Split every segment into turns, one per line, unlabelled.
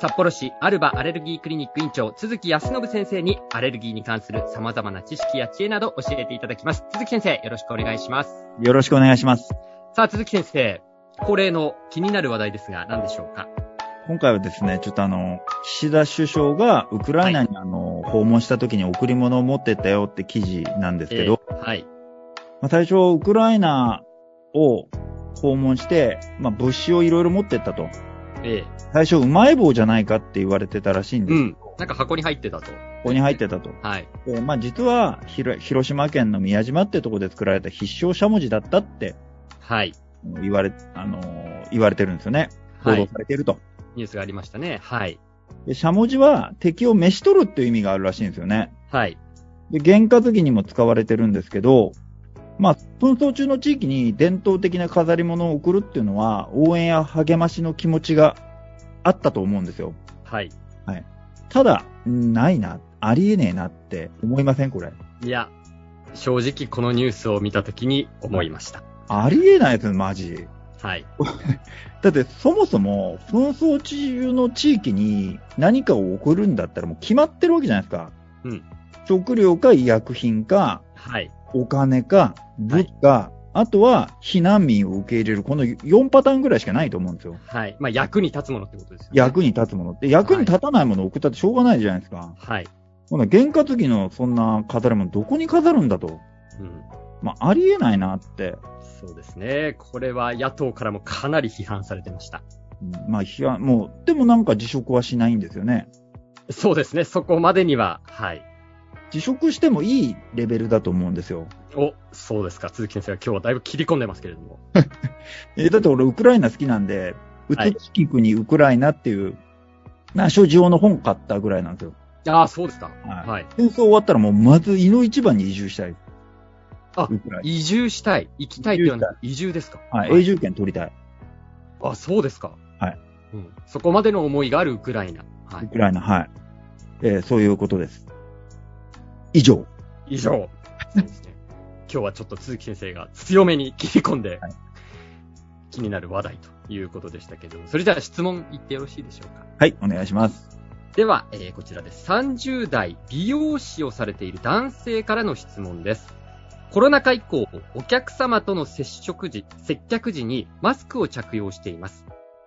札幌市アルバアレルギークリニック院長、鈴木康信先生にアレルギーに関する様々な知識や知恵など教えていただきます。鈴木先生、よろしくお願いします。
よろしくお願いします。
さあ、鈴木先生、恒例の気になる話題ですが、何でしょうか
今回はですね、ちょっとあの、岸田首相がウクライナにあの、訪問した時に贈り物を持ってったよって記事なんですけど、
えーはい。
まあ、最初ウクライナを訪問して、まあ、物資をいろいろ持ってったと。
え
最初うまい棒じゃないかって言われてたらしいん
ー、う
です。
ん。なんか箱に入ってたと。
ここに入ってたと。
はい。
でまあ、実はひろ、広島県の宮島ってとこで作られた必勝しゃもじだったって
はい。
あの言われ、あの、言われてるんですよね。報
は
道
い
さ。れてると。
ニュースがありましたね。はい。
で、しゃもじは敵を召し取るっていう意味があるらしいんですよね。
はい。
で、験担ぎにも使われてるんですけど、まあ、紛争中の地域に伝統的な飾り物を送るっていうのは、応援や励ましの気持ちがあったと思うんですよ。
はい。
ただ、んないな、ありえねえなって思いませんこれ。
いや、正直このニュースを見たときに思いました。
ありえないですよ、マジ。
はい。
だって、そもそも、紛争中の地域に何かを送るんだったらもう決まってるわけじゃないですか。
うん。
食料か医薬品か、
はい。
お金か、物か、あとは避難民を受け入れる、この4パターンぐらいしかないと思うんですよ。
はい。まあ、役に立つものってことですよね。
役に立つものって、役に立たないものを送ったってしょうがないじゃないですか。
はい。
ほな、験担ぎのそんな飾り物、どこに飾るんだと。
うん。
まあ、ありえないなって。
そうですね。これは野党からもかなり批判されてました。
うんまあ、批判、もう、でもなんか辞職はしないんですよね。
そうですね。そこまでには、はい。
辞職してもいいレベルだと思うんですよ。
お、そうですか。鈴木先生が今日はだいぶ切り込んでますけれども。
え、だって俺、ウクライナ好きなんで、う
はい
つつき国ウクライナっていう、な、所持用の本買ったぐらいなんですよ。
ああ、そうですか。
はい。
はい。
戦争終わったらもう、まず井の一番に移住したい。
あ
ウクライ
移住したい。行きたいっていうのは移住ですか。
ナ。はい。永住権取りたい。
あ、そうですか。
はい。
うん。そこまでの思いがあるウクライナ。は
ウ
い。
クライナ、はい。えーそういうことです。以上。
以上。そうですね。今日はちょっと鈴木先生が強めに切り込んで、
はい
気になる話題ということでしたけども、それじゃあ質問言ってよろしいでしょうか。
はい、お願いします。
では、えーこちらです。30代美容師をされている男性からの質問です。コロナ禍以降、お客様との接触時、接客時にマスクを着用しています。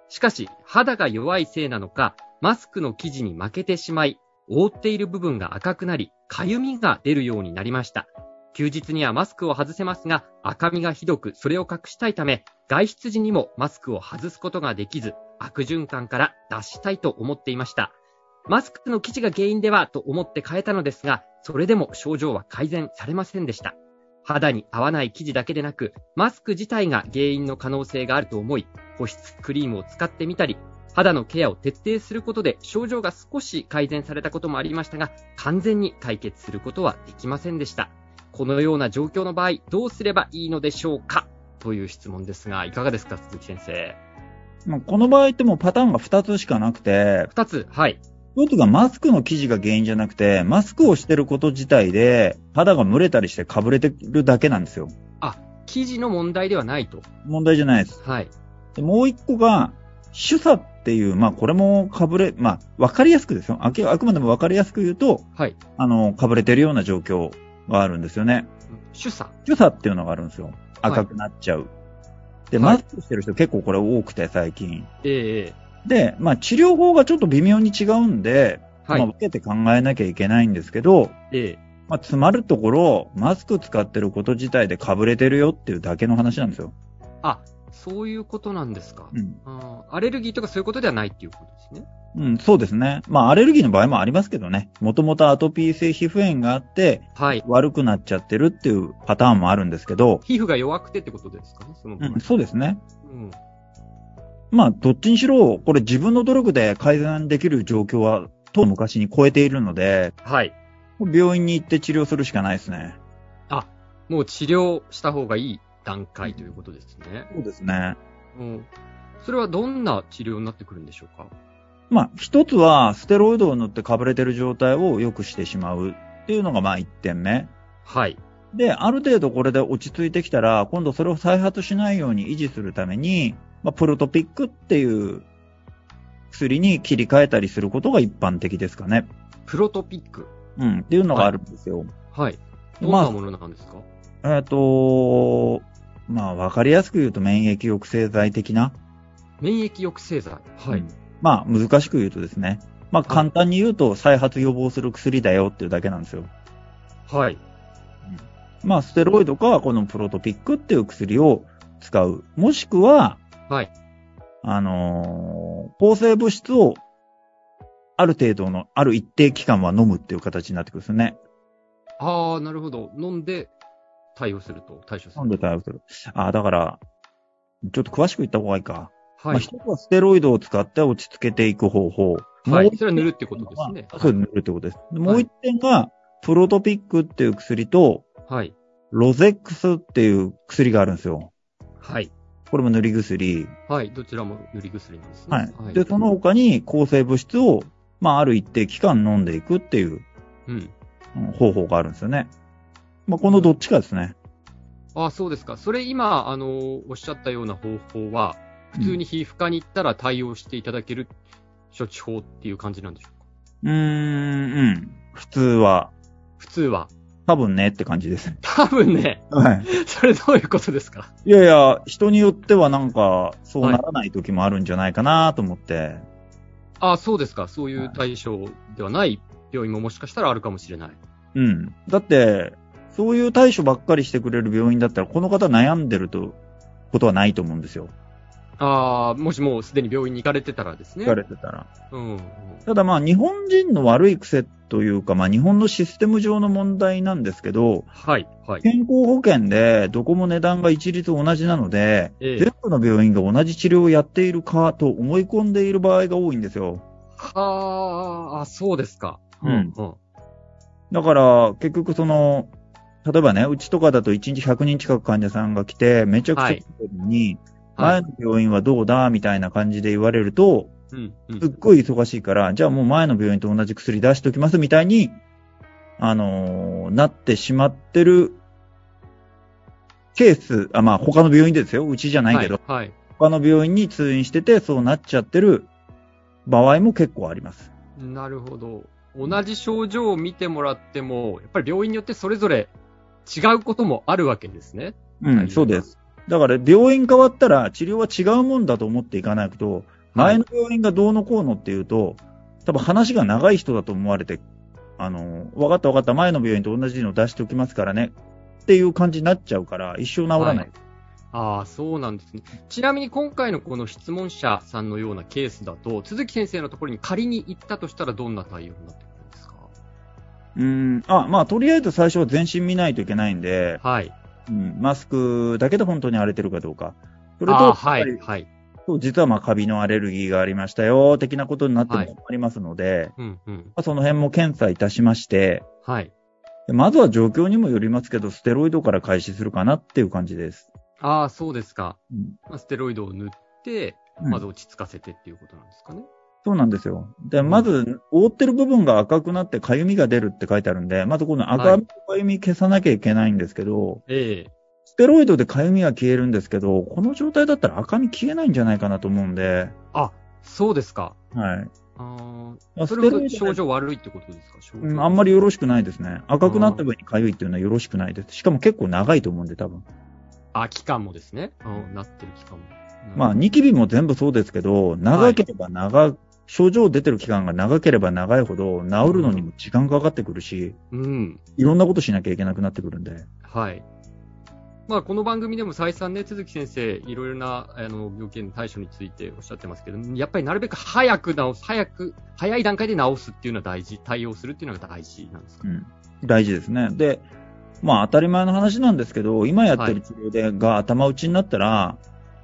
しかし、肌が弱いせいなのか、マスクの生地に負けてしまい、覆っている部分が赤くなり、痒みが出るようになりました。休日にはマスクを外せますが、赤みがひどく、それを隠したいため、外出時にもマスクを外すことができず、悪循環から脱したいと思っていました。マスクの生地が原因ではと思って変えたのですが、それでも症状は改善されませんでした。肌に合わない生地だけでなく、マスク自体が原因の可能性があると思い、保湿クリームを使ってみたり、肌のケアを徹底することで症状が少し改善されたこともありましたが、完全に解決することはできませんでした。このような状況の場合、どうすればいいのでしょうかという質問ですが、いかがですか、鈴木先生。
まあ、この場合ってもうパターンが2つしかなくて、
二つ、はい。
1つがマスクの生地が原因じゃなくて、マスクをしてること自体で肌が蒸れたりしてかぶれてるだけなんですよ。
生地の問題ではないと。
問題じゃないです。
はい。
でもう1個が、主査っていう、まあこれもかぶれ、まあわかりやすくですよ。あけあくまでもわかりやすく言うと、
はい。
あの、かぶれてるような状況があるんですよね。
主査。
主査っていうのがあるんですよ。
はい
赤くなっちゃう。で、
はい
マスクしてる人結構これ多くて最近。
ええ
で、まあ治療法がちょっと微妙に違うんで、
は
まあ
い。
分けて考えなきゃいけないんですけど、
ええ
まあ詰まるところ、マスク使ってること自体で被れてるよっていうだけの話なんですよ。
そういうことなんですか。
うん。
あーアレルギーとかそういうことではないっていうことですね。
うん、そうですね。まあアレルギーの場合もありますけどね。もともとアトピー性皮膚炎があって、
はい。
悪くなっちゃってるっていうパターンもあるんですけど、
皮膚が弱くてってことですかね、その場
う
合。
ん、そうですね。
うん。
まあ、どっちにしろ、これ自分の努力で改善できる状況はと昔に超えているので、
はい。
病院に行って治療するしかないですね。
もう治療した方がいい段階ということですね。
そうですね。
うん。それはどんな治療になってくるんでしょうか
まあ、一つは、ステロイドを塗ってかぶれてる状態を良くしてしまうっていうのが、まあ、一点目。
はい。
で、ある程度これで落ち着いてきたら、今度それを再発しないように維持するために、まあ、プロトピックっていう薬に切り替えたりすることが一般的ですかね。
プロトピック。
うん、っていうのがあるんですよ。
はい。どん
まあ
なものなんですか、
えっ、と、まあ、わかりやすく言うと免疫抑制剤的な。
免疫抑制剤。は
う
い
ん。まあ、難しく言うとですね。まあ、簡単に言うと、再発予防する薬だよっていうだけなんですよ。
はい。
まあ、ステロイドか、このプロトピックっていう薬を使う。もしくは、
はい。
あのー抗生物質を、ある程度の、ある一定期間は飲むっていう形になってくるんですよね。
ああ、なるほど。飲んで対応すると、対処す
飲
る。
んで対応する。ああ、だから、ちょっと詳しく言った方がいいか。
は
まあ、
い。
一つはステロイドを使って落ち着けていく方法。
は
もう
い。
一
それは塗るってことですね。
点はそう塗るってことです。でもう一点が、プロトピックっていう薬と、
はい。
ロゼックスっていう薬があるんですよ。
はい。
これも塗り薬。
はい。どちらも塗り薬なんですね。
はい。で、その、他に抗生物質を、まあ、ある一定期間飲んでいくっていう
うん。
うん方法があるんですよね。まあ、このどっちかですね。
ああ、そうですか。それ今、あのー、おっしゃったような方法は、普通に皮膚科に行ったら対応していただける処置法っていう感じなんでしょうか
うーん、うん。普通は、
普通は。
多分ねって感じです。
多分ね、
はい。
それどういうことですか
いやいや、人によってはなんか、そうならない時もあるんじゃないかなと思って。
ああ、そうですか。そういう対象ではない病院ももしかしたらあるかもしれない。
うん。だって、そういう対処ばっかりしてくれる病院だったら、この方悩んでると、ことはないと思うんですよ。
ああ、もしもうすでに病院に行かれてたらですね。
聞かれてたら。
うんうん。
ただまあ、日本人の悪い癖というか、まあ、日本のシステム上の問題なんですけど、
はい、はい。
健康保険でどこも値段が一律同じなので、
ええ
全部の病院が同じ治療をやっているかと思い込んでいる場合が多いんですよ。
はあ、そうですか。
うん
うん。
だから、結局その、例えばね、うちとかだと1日100人近く患者さんが来て、めちゃくちゃ来てるのに、
はい。
前の病院はどうだみたいな感じで言われると、
うん、う
すっ
ん。
ごい忙しいから、じゃあもう前の病院と同じ薬出しておきますみたいに、あのーなってしまってるケース、あ、まあ他の病院でですよ。うちじゃないけど、
はい。はい
他の病院に通院してて、そうなっちゃってる場合も結構あります。
なるほど。同じ症状を見てもらっても、やっぱり病院によってそれぞれ違うこともあるわけですね。
うん、そうです。だから病院変わったら治療は違うもんだと思っていかないと、前の病院がどうのこうのっていうと、多分話が長い人だと思われて、あのー、わかったわかった、前の病院と同じの出しておきますからね。っていう感じになっちゃうから、一生治らない。
はいああ、そうなんですね。ちなみに今回のこの質問者さんのようなケースだと、鈴木先生のところに仮に行ったとしたらどんな対応になってくるんですか
うーん、あ、まあ、とりあえず最初は全身見ないといけないんで、
はい。
うん、マスクだけで本当に荒れてるかどうか。それと、
あ
や
あ、
っぱ
は
り
い、はい。
そう実はまあカビのアレルギーがありましたよ、的なことになって
はい
もありますので、
うん、うん。
まあその辺も検査いたしまして、
はい。
でまずは状況にもよりますけど、ステロイドから開始するかなっていう感じです。
ああ、そうですか。
うん
まあステロイドを塗って、
うん
まず落ち着かせてっていうことなんですかね。
そうなんですよ。で、まず、覆ってる部分が赤くなって痒みが出るって書いてあるんで、まずこの赤みと痒み消さなきゃいけないんですけど、
ええ
ステロイドで痒みは消えるんですけど、この状態だったら赤み消えないんじゃないかなと思うんで、
そうですか。
はい。
あ
ま
あ、
あ
そ
ス
れ
テ
ほ
ロ
ど
イド
症
で
状悪いってことですか症状
うん、あんまりよろしくないですね。赤くなった分に痒いっていうのはよろしくないです。しかも結構長いと思うんで、多分。
あ、期間もですね。うん、なってる期間も。うん
まあ、ニキビも全部そうですけど、長ければ長、症状出てる期間が長ければ長いほど、治るのにも時間がかかってくるし、
うん。
いろんなことしなきゃいけなくなってくるんで。
はい。まあ、この番組でも再三ね、鈴木先生、いろいろなあの病気への対処についておっしゃってますけど、やっぱりなるべく早く治す、早く、早い段階で治すっていうのは大事、対応するっていうのが大事なんですか
う。ん。大事ですね。で、まあ、当たり前の話なんですけど、今やってる治療で、が頭打ちになったら、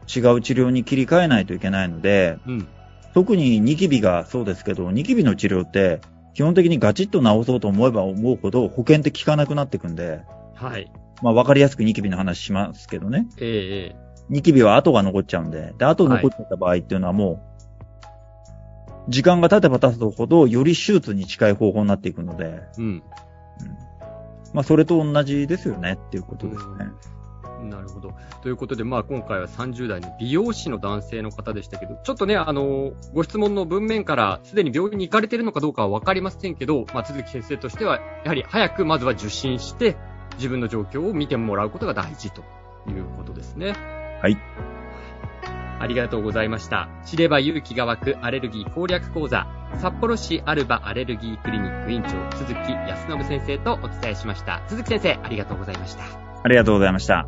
違う治療に切り替えないといけないので、
うん。
特にニキビがそうですけど、ニキビの治療って、基本的にガチッと治そうと思えば思うほど保険って効かなくなってくんで、
はい。
まあわかりやすくニキビの話しますけどね。
えええ
ニキビは跡が残っちゃうんで、で、跡残っちゃった場合っていうのはもう、時間が経てば経つほど、より手術に近い方法になっていくので、
えうん。
まあそれと同じですよねっていうことですね。
なるほど。ということで、まあ、今回は30代の美容師の男性の方でしたけど、ちょっとね、あの、ご質問の文面から、すでに病院に行かれているのかどうかはわかりませんけど、まあ、鈴木先生としては、やはり早くまずは受診して、自分の状況を見てもらうことが大事ということですね。
はい。
ありがとうございました。知れば勇気が湧くアレルギー攻略講座、札幌市アルバアレルギークリニック院長、鈴木康信先生とお伝えしました。鈴木先生、ありがとうございました。
ありがとうございました。